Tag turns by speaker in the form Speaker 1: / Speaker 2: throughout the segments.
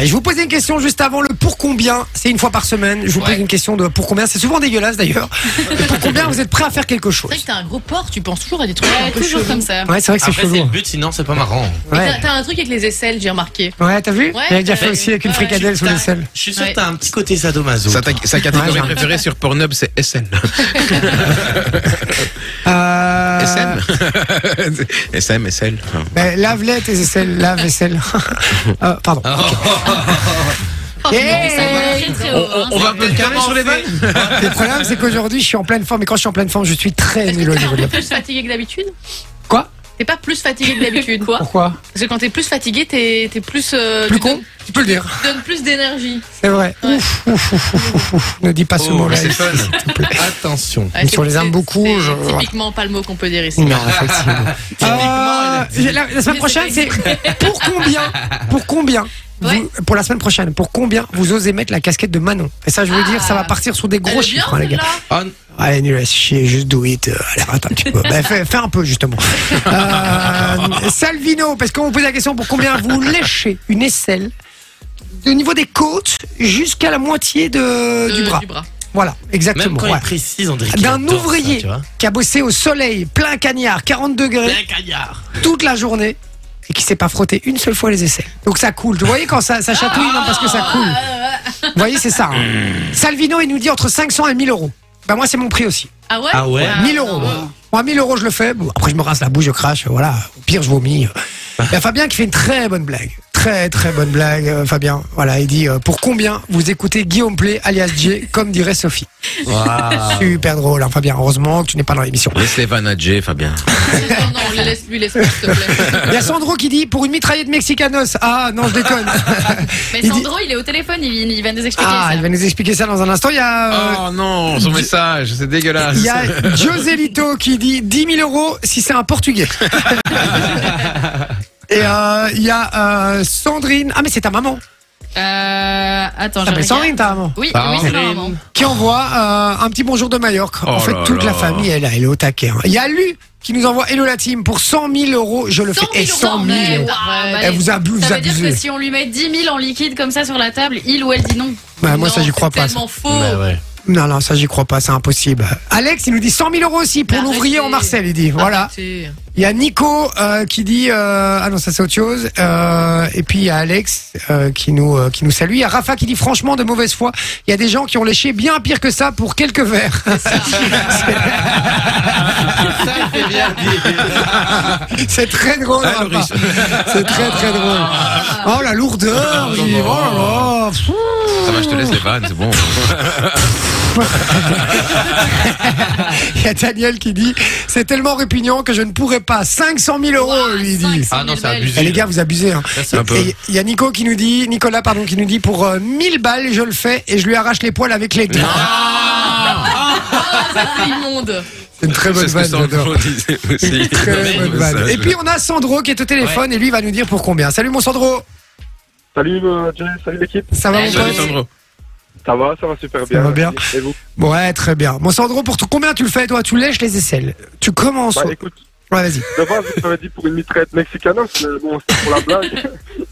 Speaker 1: Et je vous posais une question juste avant le pour combien. C'est une fois par semaine. Je vous pose
Speaker 2: Ouais.
Speaker 1: une question de pour combien. C'est souvent dégueulasse d'ailleurs. Le pour combien vous êtes prêt à faire quelque chose
Speaker 3: C'est vrai que t'as un gros porc, tu penses toujours à des trucs un
Speaker 4: Ouais,
Speaker 3: peu
Speaker 4: toujours
Speaker 3: chelous.
Speaker 4: comme ça.
Speaker 1: Ouais, c'est vrai que c'est
Speaker 2: Après, c'est
Speaker 1: chelou. hein.
Speaker 2: le but, sinon c'est pas marrant.
Speaker 3: Mais
Speaker 1: Ouais.
Speaker 3: t'as- T'as un truc avec les aisselles, j'ai remarqué.
Speaker 1: Ouais, t'as vu
Speaker 3: Ouais,
Speaker 1: J'avais déjà
Speaker 3: t'as
Speaker 1: fait
Speaker 3: vu.
Speaker 1: aussi avec une
Speaker 3: Ouais,
Speaker 1: fricadelle sous
Speaker 2: T'as-
Speaker 1: les selles.
Speaker 2: Je suis sûr
Speaker 3: Ouais.
Speaker 2: que t'as un petit côté sadomaso.
Speaker 5: Sa,
Speaker 2: toi.
Speaker 5: ta- sa catégorie
Speaker 1: Ouais, j'ai-
Speaker 5: préférée sur Pornhub, c'est SN.
Speaker 1: Euh,
Speaker 5: SM SM, SL.
Speaker 1: ben, lave-les tes aisselles, lave-vaisselle. Euh, pardon.
Speaker 3: Oh,
Speaker 1: Yeah.
Speaker 3: mais ça va
Speaker 4: Hey.
Speaker 3: très, très haut, hein.
Speaker 2: On va peut-être calmer sur les vannes
Speaker 1: Le problème, c'est qu'aujourd'hui, je suis en pleine forme. Et quand je suis en pleine forme, je suis très
Speaker 3: Est-ce
Speaker 1: nul
Speaker 3: que
Speaker 1: au
Speaker 3: t'es
Speaker 1: niveau
Speaker 3: un
Speaker 1: de la
Speaker 3: peu plus fatigué que d'habitude
Speaker 1: Quoi
Speaker 3: T'es pas plus fatigué que d'habitude quoi
Speaker 1: Pourquoi
Speaker 3: Parce que quand t'es plus fatigué, t'es t'es plus. euh,
Speaker 1: Plus
Speaker 3: tu
Speaker 1: con
Speaker 3: donnes-
Speaker 1: Tu peux le dire.
Speaker 3: Tu donnes plus d'énergie.
Speaker 1: C'est vrai.
Speaker 3: Ouais.
Speaker 1: Ouf, ouf, ouf, ouf, ouf, ouf. Ne dis pas ce
Speaker 2: Oh,
Speaker 1: mot-là.
Speaker 2: c'est fun. Attention.
Speaker 3: Ouais,
Speaker 1: Mais
Speaker 3: c'est-
Speaker 1: on les aime
Speaker 3: c'est-
Speaker 1: beaucoup,
Speaker 3: c'est
Speaker 1: je- voilà.
Speaker 3: Typiquement pas le mot qu'on peut dire ici.
Speaker 1: Non, effectivement. Euh, la, la semaine
Speaker 3: Mais
Speaker 1: prochaine, c'est
Speaker 3: c'est
Speaker 1: pour combien Pour combien vous-
Speaker 3: Ouais.
Speaker 1: Pour la semaine prochaine, pour combien vous osez mettre la casquette de Manon Et ça, je veux
Speaker 3: Ah.
Speaker 1: dire, ça va partir sur des
Speaker 3: Elle
Speaker 1: gros
Speaker 3: est bien,
Speaker 1: chiffres, hein, les gars.
Speaker 3: celle-là
Speaker 2: Ah,
Speaker 1: Allez, nul à chier, juste do it. euh, allez, rate un petit peu. Bah, fais, fais un peu, justement. Euh, Salvino, parce qu'on vous pose la question pour combien vous léchez une aisselle au niveau des côtes jusqu'à la moitié de,
Speaker 3: De-
Speaker 1: Ah, du bras.
Speaker 3: Euh, Du bras.
Speaker 1: Voilà,
Speaker 2: même
Speaker 1: exactement.
Speaker 2: quand
Speaker 1: ouais.
Speaker 2: il précise, on dirait qu'il
Speaker 1: D'un
Speaker 2: adore ça,
Speaker 1: ouvrier
Speaker 2: tu vois.
Speaker 1: qui a bossé au soleil, plein cagnard, 40 degrés,
Speaker 2: Un cagnard.
Speaker 1: toute la journée et qui s'est pas frotté une seule fois les aisselles. Donc ça coule. Vous voyez quand ça, ça chatouille, non, parce que ça coule. Vous voyez, c'est ça. hein. Salvino, il nous dit entre 500 et 1000 euros. Bah moi, c'est mon prix aussi.
Speaker 3: Ah ouais
Speaker 2: Ah ouais.
Speaker 1: 1000 euros.
Speaker 3: non.
Speaker 1: Moi, 1000 euros, je le fais. Bon, après, je me rase la bouche, je crache. Voilà. Au pire, je vomis. Il y a Fabien qui fait une très bonne blague. Très, très bonne blague, euh, Fabien. Voilà, il dit euh, Pour combien vous écoutez Guillaume Play, alias J, comme dirait Sophie Super drôle, hein, Fabien. Heureusement que tu n'es pas dans l'émission.
Speaker 5: Laisse les vannes à Jay, Fabien.
Speaker 3: Non, non, on les laisse, lui laisse, s'il te plaît.
Speaker 1: Il y a Sandro qui dit Pour une mitraillette mexicanos. Ah, non, je déconne.
Speaker 4: Mais
Speaker 1: Il dit-
Speaker 4: Sandro, il est au téléphone, il, il va nous expliquer
Speaker 1: Ah,
Speaker 4: ça.
Speaker 1: il va nous expliquer ça dans un instant. Il y a, euh,
Speaker 5: Oh non, son message, c'est dégueulasse.
Speaker 1: il y a Joselito qui dit 10 000 euros si c'est un Portugais. Et euh, il y a euh, Sandrine. Ah, mais c'est ta maman.
Speaker 4: Euh,
Speaker 1: Ça
Speaker 4: attends, je
Speaker 1: s'appelle Sandrine,
Speaker 4: regarde.
Speaker 1: ta maman.
Speaker 4: Oui,
Speaker 2: Bah,
Speaker 4: oui,
Speaker 5: Sandrine.
Speaker 4: c'est ma maman.
Speaker 1: Qui envoie euh, un petit bonjour de Mallorca. en
Speaker 5: Oh
Speaker 1: fait,
Speaker 5: là
Speaker 1: toute la
Speaker 5: là.
Speaker 1: famille est là. Elle est au taquet. hein. Il y a Lu qui nous envoie Hello la team pour 100 000 euros. Je le
Speaker 3: 100
Speaker 1: fais. Et
Speaker 3: 000
Speaker 1: 100
Speaker 3: euros,
Speaker 1: 000
Speaker 3: mais
Speaker 1: euros.
Speaker 3: ouais.
Speaker 4: Ah, bah,
Speaker 1: Eh, vous abusez,
Speaker 4: ça
Speaker 1: vous
Speaker 4: veut dire
Speaker 1: abusez.
Speaker 4: que si on lui met 10 000 en liquide comme ça sur la table, il ou elle dit non.
Speaker 1: Bah, moi, ça,
Speaker 3: Non,
Speaker 1: j'y crois
Speaker 3: c'est
Speaker 1: pas. ça.
Speaker 3: tellement faux.
Speaker 5: Bah
Speaker 2: Ouais, Bah, ouais.
Speaker 1: Non, non, ça, j'y crois pas. C'est impossible. Alex, il nous dit 100 000 euros aussi pour
Speaker 3: Bah,
Speaker 1: l'ouvrier
Speaker 3: arrêtez.
Speaker 1: en Marseille. Il dit voilà.
Speaker 3: Arrêtez.
Speaker 1: Il y a Nico euh, qui dit euh, ah non ça c'est autre chose Euh, et puis il y a Alex euh, qui nous euh, qui nous salue il y a Rafa qui dit franchement de mauvaise foi il y a des gens qui ont léché bien pire que ça pour quelques verres
Speaker 2: Ça, c'est bien dit.
Speaker 1: c'est très drôle
Speaker 5: Ah,
Speaker 1: Rafa.
Speaker 5: Loris.
Speaker 1: c'est très très drôle oh la lourdeur
Speaker 5: Ah,
Speaker 1: il dit, oh là là pfff.
Speaker 5: Ça va, je te laisse les vannes, c'est bon.
Speaker 1: il y a Daniel qui dit c'est tellement répugnant que je ne pourrais pas 500 000 euros
Speaker 4: Ouah,
Speaker 1: lui il dit
Speaker 4: 500 000
Speaker 2: Ah non, c'est
Speaker 4: balles.
Speaker 2: abusé.
Speaker 1: Eh, les gars, vous abusez. Hein.
Speaker 2: Ça, c'est un peu-
Speaker 1: Et Il y a Nico qui nous dit, Nicolas, pardon, qui nous dit pour euh, 1000 balles, je le fais et je lui arrache les poils avec les dents.
Speaker 3: C'est immonde.
Speaker 1: C'est une très bonne
Speaker 5: C'est ce que
Speaker 1: vanne, j'adore.
Speaker 5: Sandro disait aussi.
Speaker 1: Très bonne vanne. Et puis on a Sandro qui est au téléphone et lui va nous dire pour combien. Salut mon Sandro,
Speaker 6: Salut, euh, Jay, salut l'équipe.
Speaker 1: ça va mon
Speaker 3: Salut.
Speaker 5: Salut
Speaker 1: pote
Speaker 5: Sandro.
Speaker 6: Ça va, ça va super
Speaker 1: Ça
Speaker 6: bien.
Speaker 1: va bien.
Speaker 6: merci. Et vous
Speaker 1: Ouais, très bien. Mon Sandro, pour tout- combien tu le fais toi Tu lèches les aisselles. Tu commences.
Speaker 6: Bah
Speaker 1: au-
Speaker 6: écoute,
Speaker 1: Ouais, vas-y.
Speaker 6: de base, vous m'avez dit pour une mitraillette mexicanos, mais bon, c'est pour la blague.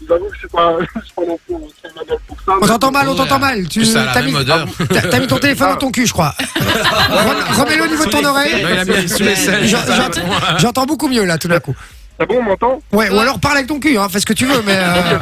Speaker 6: J'avoue que je suis pas, je suis pas non plus un manuel pour ça.
Speaker 1: On t'entend mal, on
Speaker 5: Ouais.
Speaker 1: t'entend mal. Tu
Speaker 5: Ça a la
Speaker 1: t'as
Speaker 5: même
Speaker 1: mis,
Speaker 5: odeur.
Speaker 1: t'as- t'as mis ton téléphone
Speaker 6: Ah.
Speaker 1: dans ton cul, je crois. Rem- Remets-le au niveau de ton oreille.
Speaker 5: Non, il a mis sous les selles.
Speaker 1: J'en- j'entends- J'entends beaucoup mieux là tout d'un coup.
Speaker 6: C'est bon, on m'entend
Speaker 1: Ouais, ou alors parle avec ton cul, hein, fais ce que tu veux, mais. euh,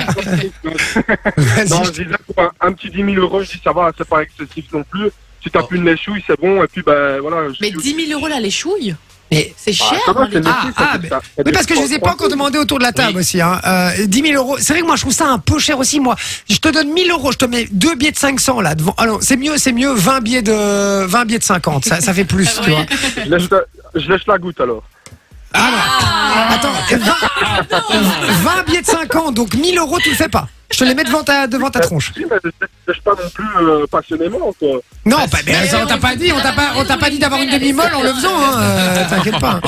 Speaker 1: vas-y.
Speaker 6: Non, je disais pour un, un petit 10 000 euros, je dis ça va, c'est pas excessif non plus. Tu tapes une les chouilles, c'est bon, et puis ben voilà. Je
Speaker 3: Mais
Speaker 6: suis-
Speaker 3: 10 000 euros là, les chouilles
Speaker 1: Mais-
Speaker 3: C'est
Speaker 6: Ah,
Speaker 3: cher.
Speaker 6: ça va,
Speaker 3: hein,
Speaker 6: c'est
Speaker 3: les-
Speaker 6: Messi,
Speaker 1: Ah,
Speaker 6: ça
Speaker 1: ah,
Speaker 6: fait- ça fait
Speaker 1: Mais parce que je ne les ai pas
Speaker 6: 300.
Speaker 1: encore demandé autour de la table aussi. Hein. Euh, 10 000 euros. C'est vrai que moi, je trouve ça un peu cher aussi. Moi, je te donne 1000 euros, je te mets deux billets de 500 là devant. Alors, c'est mieux, c'est mieux. 20 billets de 20 billets de 50. Ça, ça fait plus, tu vois.
Speaker 6: Je lèche la, je lèche la goutte alors.
Speaker 1: Ah non. Attends, 20, 20 billets de 50, donc 1000 euros, tu le fais pas. Je te les mets devant ta devant ta tronche.
Speaker 6: Oui, mais je lèche- je lèche pas non plus euh, passionnément, quoi.
Speaker 1: Non, pas, mais
Speaker 4: Mais
Speaker 1: ça, on t'a
Speaker 4: on
Speaker 1: pas
Speaker 4: dit
Speaker 1: dit, on t'a pas, on t'a pas dit d'avoir une demi molle en le faisant. Hein. euh, T'inquiète pas.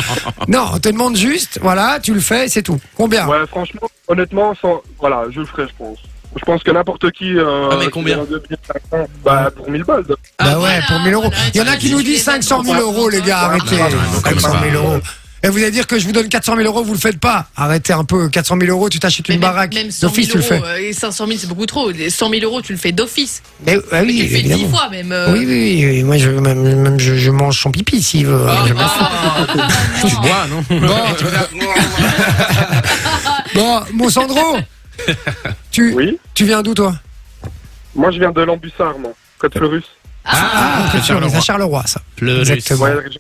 Speaker 1: Non, on te demande juste, voilà, tu le fais, c'est tout. Combien
Speaker 6: Ouais, franchement, honnêtement, sans... voilà, je le ferai, je pense. Je pense que n'importe qui. Euh,
Speaker 2: Ah, mais combien
Speaker 6: qui vend deux billets de 500, Bah, pour 1000 balles.
Speaker 1: Bah ouais,
Speaker 3: Ah voilà,
Speaker 1: pour 1000 euros.
Speaker 3: voilà,
Speaker 1: Il y en
Speaker 3: tu
Speaker 1: a
Speaker 3: vas
Speaker 1: qui nous
Speaker 3: dire,
Speaker 1: disent
Speaker 3: tu les mets
Speaker 1: 500 000
Speaker 3: dans ton
Speaker 1: euros, les
Speaker 3: compte.
Speaker 1: gars, arrêtez.
Speaker 6: Ouais,
Speaker 5: Ah, non, comme
Speaker 1: 500
Speaker 5: ça.
Speaker 1: 000 euros. Et vous allez dire que je vous donne 400 000 euros, vous le faites pas. Arrêtez un peu. 400 000 euros, tu t'achètes une
Speaker 3: Mais même-
Speaker 1: baraque.
Speaker 3: Même 100
Speaker 1: D'office,
Speaker 3: 000
Speaker 1: tu le fais.
Speaker 3: euros, euh, et 500 000, c'est beaucoup trop. Les 100 000 euros, tu le fais d'office.
Speaker 1: Mais, ah oui,
Speaker 3: Tu le fais 10
Speaker 1: évidemment.
Speaker 3: fois même. euh.
Speaker 1: Oui, oui, oui. Moi, je, même, même je, je mange son pipi s'il veut.
Speaker 3: Ah,
Speaker 1: Je-
Speaker 3: ah, ah, ah,
Speaker 5: Tu
Speaker 3: non.
Speaker 5: bois, non
Speaker 1: Bon, mon Sandro, tu,
Speaker 6: Oui.
Speaker 1: tu viens d'où, toi
Speaker 6: Moi, je viens de l'ambussard, moi. Côte Fleurus.
Speaker 1: Ah, c'est sûr,
Speaker 2: Charleroi.
Speaker 1: c'est à Charleroi, ça.
Speaker 2: Le
Speaker 1: Exactement.
Speaker 6: Ouais, région-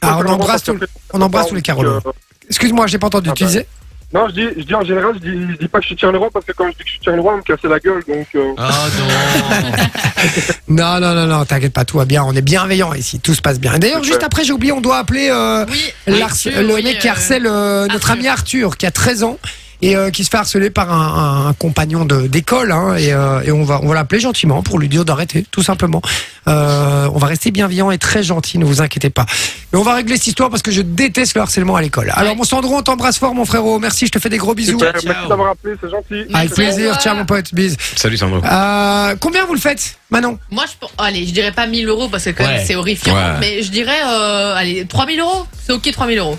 Speaker 1: Ah, on
Speaker 6: Côte-Fleurus,
Speaker 1: embrasse
Speaker 6: parce
Speaker 1: tout-
Speaker 6: qu'après,
Speaker 1: on embrasse tous
Speaker 6: on
Speaker 1: les
Speaker 6: dit,
Speaker 1: Carolo.
Speaker 6: euh,
Speaker 1: Excuse-moi, j'ai pas entendu.
Speaker 6: Ah
Speaker 1: Tu
Speaker 6: bah.
Speaker 1: disais
Speaker 6: Non, je dis, je dis en général, je dis, je dis pas que je suis Charleroi parce que quand je dis que je suis Charleroi, on me cassait la gueule. Donc, euh,
Speaker 2: Ah non.
Speaker 1: Non, non, non, non, t'inquiète pas, tout va bien. On est bienveillant ici, tout se passe bien. Et D'ailleurs,
Speaker 6: Super.
Speaker 1: juste après, j'ai oublié, on doit appeler euh,
Speaker 3: Oui,
Speaker 1: l'ars-
Speaker 3: Arthur,
Speaker 1: le
Speaker 3: oui,
Speaker 1: mec qui
Speaker 3: euh,
Speaker 1: harcèle euh, notre
Speaker 3: Arthur.
Speaker 1: ami Arthur, qui a 13 ans. Et euh, qui se fait harceler par un, un- un compagnon de- d'école, hein, et, euh, et on va, on va l'appeler gentiment pour lui dire d'arrêter, tout simplement. Euh, on va rester bienveillant et très gentil, ne vous inquiétez pas. Mais on va régler cette histoire parce que je déteste le harcèlement à l'école. Alors, mon Sandro, on t'embrasse fort, mon frérot. Merci, je te fais des gros bisous.
Speaker 6: super,
Speaker 2: ciao.
Speaker 6: merci d'avoir appelé, c'est gentil.
Speaker 1: Avec
Speaker 3: Merci, au
Speaker 1: plaisir,
Speaker 3: revoir.
Speaker 1: ciao mon pote, bise.
Speaker 5: Salut Sandro.
Speaker 1: Euh, combien vous le faites, Manon
Speaker 3: Moi, je pense. Allez, je dirais pas 1000 euros parce que quand
Speaker 2: Ouais.
Speaker 3: même, c'est horrifiant.
Speaker 5: Ouais.
Speaker 3: Mais je dirais. euh, allez, 3000 euros C'est ok, 3000 euros.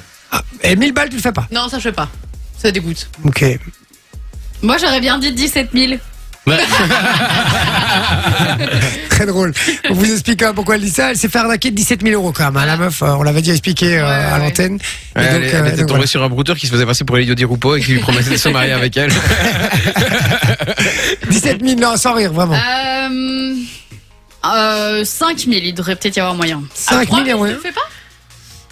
Speaker 1: Et 1000 Ah, eh, balles, tu le fais pas.
Speaker 3: Non, ça, je fais pas. Ça dégoûte.
Speaker 1: Ok.
Speaker 4: Moi, j'aurais bien dit 17 000.
Speaker 1: Très drôle. On vous explique hein, pourquoi elle dit ça. Elle s'est fait arnaquer de 17 000 euros quand même. hein. La meuf, euh, on l'avait déjà expliqué euh,
Speaker 3: Ah. Ouais,
Speaker 1: à
Speaker 3: ouais.
Speaker 1: l'antenne. Et
Speaker 5: Ouais, elle,
Speaker 1: donc,
Speaker 5: elle
Speaker 1: euh,
Speaker 5: était
Speaker 1: donc
Speaker 5: tombée sur un brouteur qui se faisait passer pour Elio Di Rupo et qui lui promettait de se marier avec elle.
Speaker 1: voilà. 17 000, non, sans rire,
Speaker 3: Ah.
Speaker 1: vraiment.
Speaker 4: Euh, euh, 5 000, il devrait peut-être y avoir moyen.
Speaker 1: 5 000
Speaker 3: 3000,
Speaker 1: euros.
Speaker 3: tu le fais pas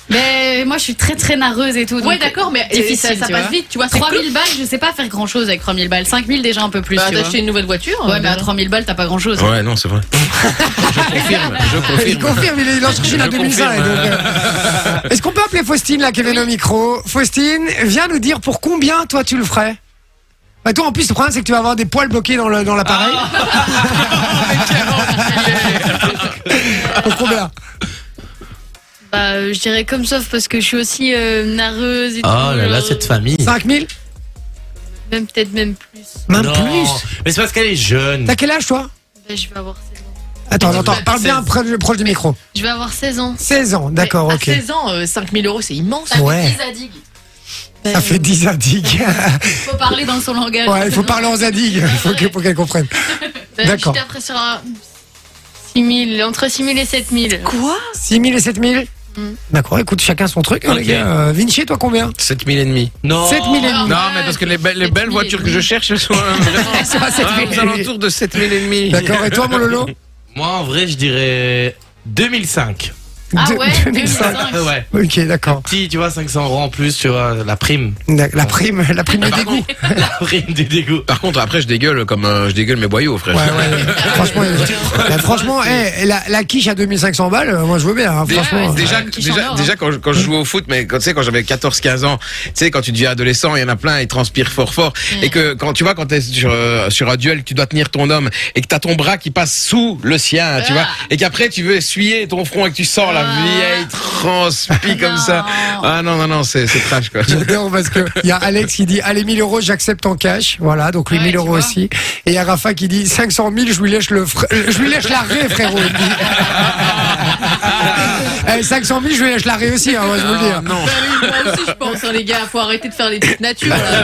Speaker 4: Mais moi, je suis très très narreuse et tout.
Speaker 3: Ouais,
Speaker 4: donc,
Speaker 3: d'accord, mais euh,
Speaker 4: Difficile,
Speaker 3: ça, ça
Speaker 4: tu
Speaker 3: passe
Speaker 4: vois.
Speaker 3: vite. Tu vois,
Speaker 4: 3000 balles, je sais pas faire grand chose avec 3000 balles. 5000 déjà un peu plus.
Speaker 3: Bah,
Speaker 4: tu vois.
Speaker 3: t'acheter une nouvelle voiture.
Speaker 4: Ouais,
Speaker 3: euh,
Speaker 4: mais à 3000 balles, t'as pas grand chose.
Speaker 5: Ouais, non, c'est vrai. Je confirme, je
Speaker 1: Il
Speaker 5: confirme.
Speaker 1: confirme, il est- il en cherche une à
Speaker 5: Je
Speaker 1: 2005.
Speaker 5: confirme,
Speaker 1: donc, euh. Est-ce qu'on peut appeler Faustine, là, qui vient au micro Faustine, viens nous dire pour combien, toi, tu le ferais bah toi en plus le problème c'est que tu vas avoir des poils bloqués dans le- dans l'appareil.
Speaker 3: Ah.
Speaker 1: pour combien
Speaker 4: Bah, euh, je dirais comme sauf parce que je suis aussi euh, narreuse et tout.
Speaker 2: Oh là là,
Speaker 4: genre,
Speaker 2: cette famille.
Speaker 1: 5 000
Speaker 4: Même peut-être même plus.
Speaker 1: Même
Speaker 2: Non.
Speaker 1: plus
Speaker 2: Mais c'est parce qu'elle est jeune.
Speaker 1: T'as quel âge toi
Speaker 4: Bah, je vais avoir 16 ans.
Speaker 1: Attends,
Speaker 3: Bah,
Speaker 1: attends, parle bien proche, proche du micro.
Speaker 4: Je vais avoir 16 ans.
Speaker 1: 16 ans,
Speaker 3: mais
Speaker 1: d'accord,
Speaker 3: à
Speaker 1: ok.
Speaker 3: 16 ans, euh, 5000 euros, c'est immense.
Speaker 4: Ça
Speaker 1: Ouais.
Speaker 4: fait 10 à digue.
Speaker 1: Ça fait 10 indiques.
Speaker 4: Faut parler dans son langage.
Speaker 1: Ouais, il faut parler en zadig, il faut que- pour qu'elle comprenne. d'accord.
Speaker 4: Ben, J'étais après sur un 6 000, entre 6 000 et 7 000.
Speaker 3: Quoi
Speaker 1: 6 000 et 7 000
Speaker 4: Mm.
Speaker 1: D'accord, écoute, chacun son truc, hein, les
Speaker 2: Ok.
Speaker 1: gars. Euh, Vinci, toi combien
Speaker 5: 7000 et demi.
Speaker 3: Oh.
Speaker 2: Non.
Speaker 1: 7 000 et demi.
Speaker 5: Non, mais parce que les, belles- les
Speaker 4: 7 000
Speaker 5: belles
Speaker 4: et
Speaker 5: voitures que
Speaker 4: demi.
Speaker 5: je cherche, elles sont euh, vraiment
Speaker 1: C'est pas 7
Speaker 5: ah,
Speaker 1: 000
Speaker 5: aux alentours de 7000 et demi.
Speaker 1: D'accord, et toi, mon Lolo
Speaker 2: Moi, en vrai, je dirais 2005.
Speaker 4: Ah
Speaker 1: Deux-
Speaker 4: ouais,
Speaker 1: 2005.
Speaker 4: 2005.
Speaker 2: Euh, ouais.
Speaker 1: Ok, d'accord.
Speaker 2: Si, tu vois, 500 euros en plus, tu vois, la prime.
Speaker 1: D'ac- La prime, la prime de
Speaker 5: Par
Speaker 1: dégoût.
Speaker 5: contre,
Speaker 2: La prime du dégoût.
Speaker 5: par contre, après, je dégueule comme euh, je dégueule mes boyaux, frère.
Speaker 1: Ouais, ouais, franchement, euh, bah, franchement eh, la, la quiche à 2500 balles, euh, moi je veux bien, hein,
Speaker 5: Dé-
Speaker 1: franchement.
Speaker 5: déjà,
Speaker 4: Ouais, qui
Speaker 5: déjà,
Speaker 4: s'endort,
Speaker 5: déjà quand, je, quand je jouais au foot, mais quand, tu sais, quand j'avais 14-15 ans, tu sais, quand tu deviens adolescent, il y en a plein, ils transpirent fort fort. Et que quand tu vois, quand t'es sur, euh, sur un duel, que tu dois tenir ton homme et que t'as ton bras qui passe sous le sien, tu
Speaker 4: Ah.
Speaker 5: vois, et qu'après tu veux essuyer ton front et que tu sors la
Speaker 4: Ah.
Speaker 5: vieille transpi comme
Speaker 4: Non.
Speaker 5: ça. Ah non, non, non, c'est c'est trash quoi.
Speaker 1: J'adore parce que il y a Alex qui dit allez 1000 euros j'accepte en cash voilà donc lui
Speaker 4: Ouais,
Speaker 1: 1000
Speaker 4: tu
Speaker 1: euros
Speaker 4: vois.
Speaker 1: aussi et il y a Rafa qui dit 500 000 je lui lèche le fr- euh, je lui lèche l'arrêt frérot il dit. Eh, 500 000 je lui lèche l'arrêt aussi hein, moi, je vous le dis
Speaker 3: Ah,
Speaker 1: hein.
Speaker 5: non.
Speaker 3: Bah Moi aussi, je pense, hein, les gars, faut arrêter de faire les petites natures. là.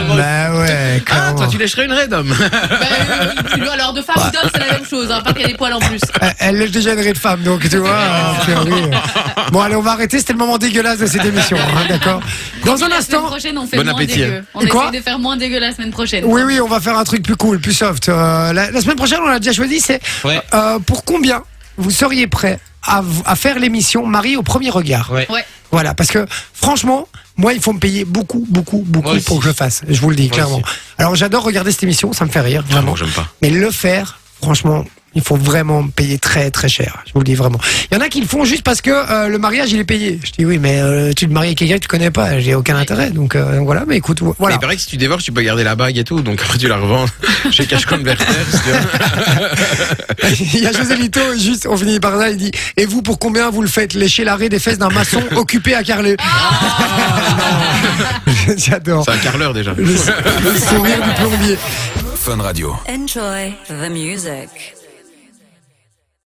Speaker 1: bah ouais
Speaker 5: Ah,
Speaker 1: clairement.
Speaker 5: toi tu lècherais une raide, homme.
Speaker 3: Bah, euh, alors, de femme ou d'homme, c'est la même chose, hein, pas qu'il y a des poils en plus.
Speaker 1: Elle- elle lèche déjà une raie de femme donc tu vois a priori, euh. bon allez on va arrêter c'était le moment dégueulasse de cette émission hein, d'accord dans un
Speaker 4: La semaine
Speaker 1: instant
Speaker 4: prochaine, on fait
Speaker 5: Bon
Speaker 4: moins
Speaker 5: appétit.
Speaker 4: dégueu. On
Speaker 1: Quoi
Speaker 4: essaie de faire moins dégueu la semaine prochaine.
Speaker 1: Oui, oui, on va faire un truc plus cool, plus soft. Euh, la, la semaine prochaine, on l'a déjà choisi, c'est
Speaker 2: Ouais.
Speaker 1: euh, pour combien vous seriez prêt à, v- à faire l'émission Marie au premier regard
Speaker 2: Ouais.
Speaker 4: Ouais.
Speaker 1: Voilà, parce que franchement, moi, il faut me payer beaucoup, beaucoup, beaucoup
Speaker 2: Moi
Speaker 1: pour
Speaker 2: aussi.
Speaker 1: que je le fasse. Je vous le dis
Speaker 2: Moi
Speaker 1: clairement.
Speaker 2: aussi.
Speaker 1: Alors, j'adore regarder cette émission, ça me fait rire,
Speaker 5: Ah
Speaker 1: vraiment.
Speaker 5: bon, j'aime pas.
Speaker 1: Mais le faire, franchement, il faut vraiment me payer très très cher. Je vous le dis vraiment. Il y en a qui le font juste parce que euh, le mariage il est payé. Je dis oui, mais euh, tu te maries avec quelqu'un que tu connais pas, j'ai aucun intérêt. Donc euh, donc voilà, mais écoute,
Speaker 5: Mais
Speaker 1: voilà.
Speaker 5: il paraît que si tu dévores, tu peux garder la bague et tout, donc après tu la revends chez Cash Converter. si tu veux.
Speaker 1: il y a José Lito, juste, on finit par là, il dit Et vous, pour combien vous le faites Lécher l'arrêt des fesses d'un maçon occupé à carler J'adore.
Speaker 5: C'est un quart d'heure déjà.
Speaker 1: Le, le sourire du plombier.
Speaker 7: Enjoy the music.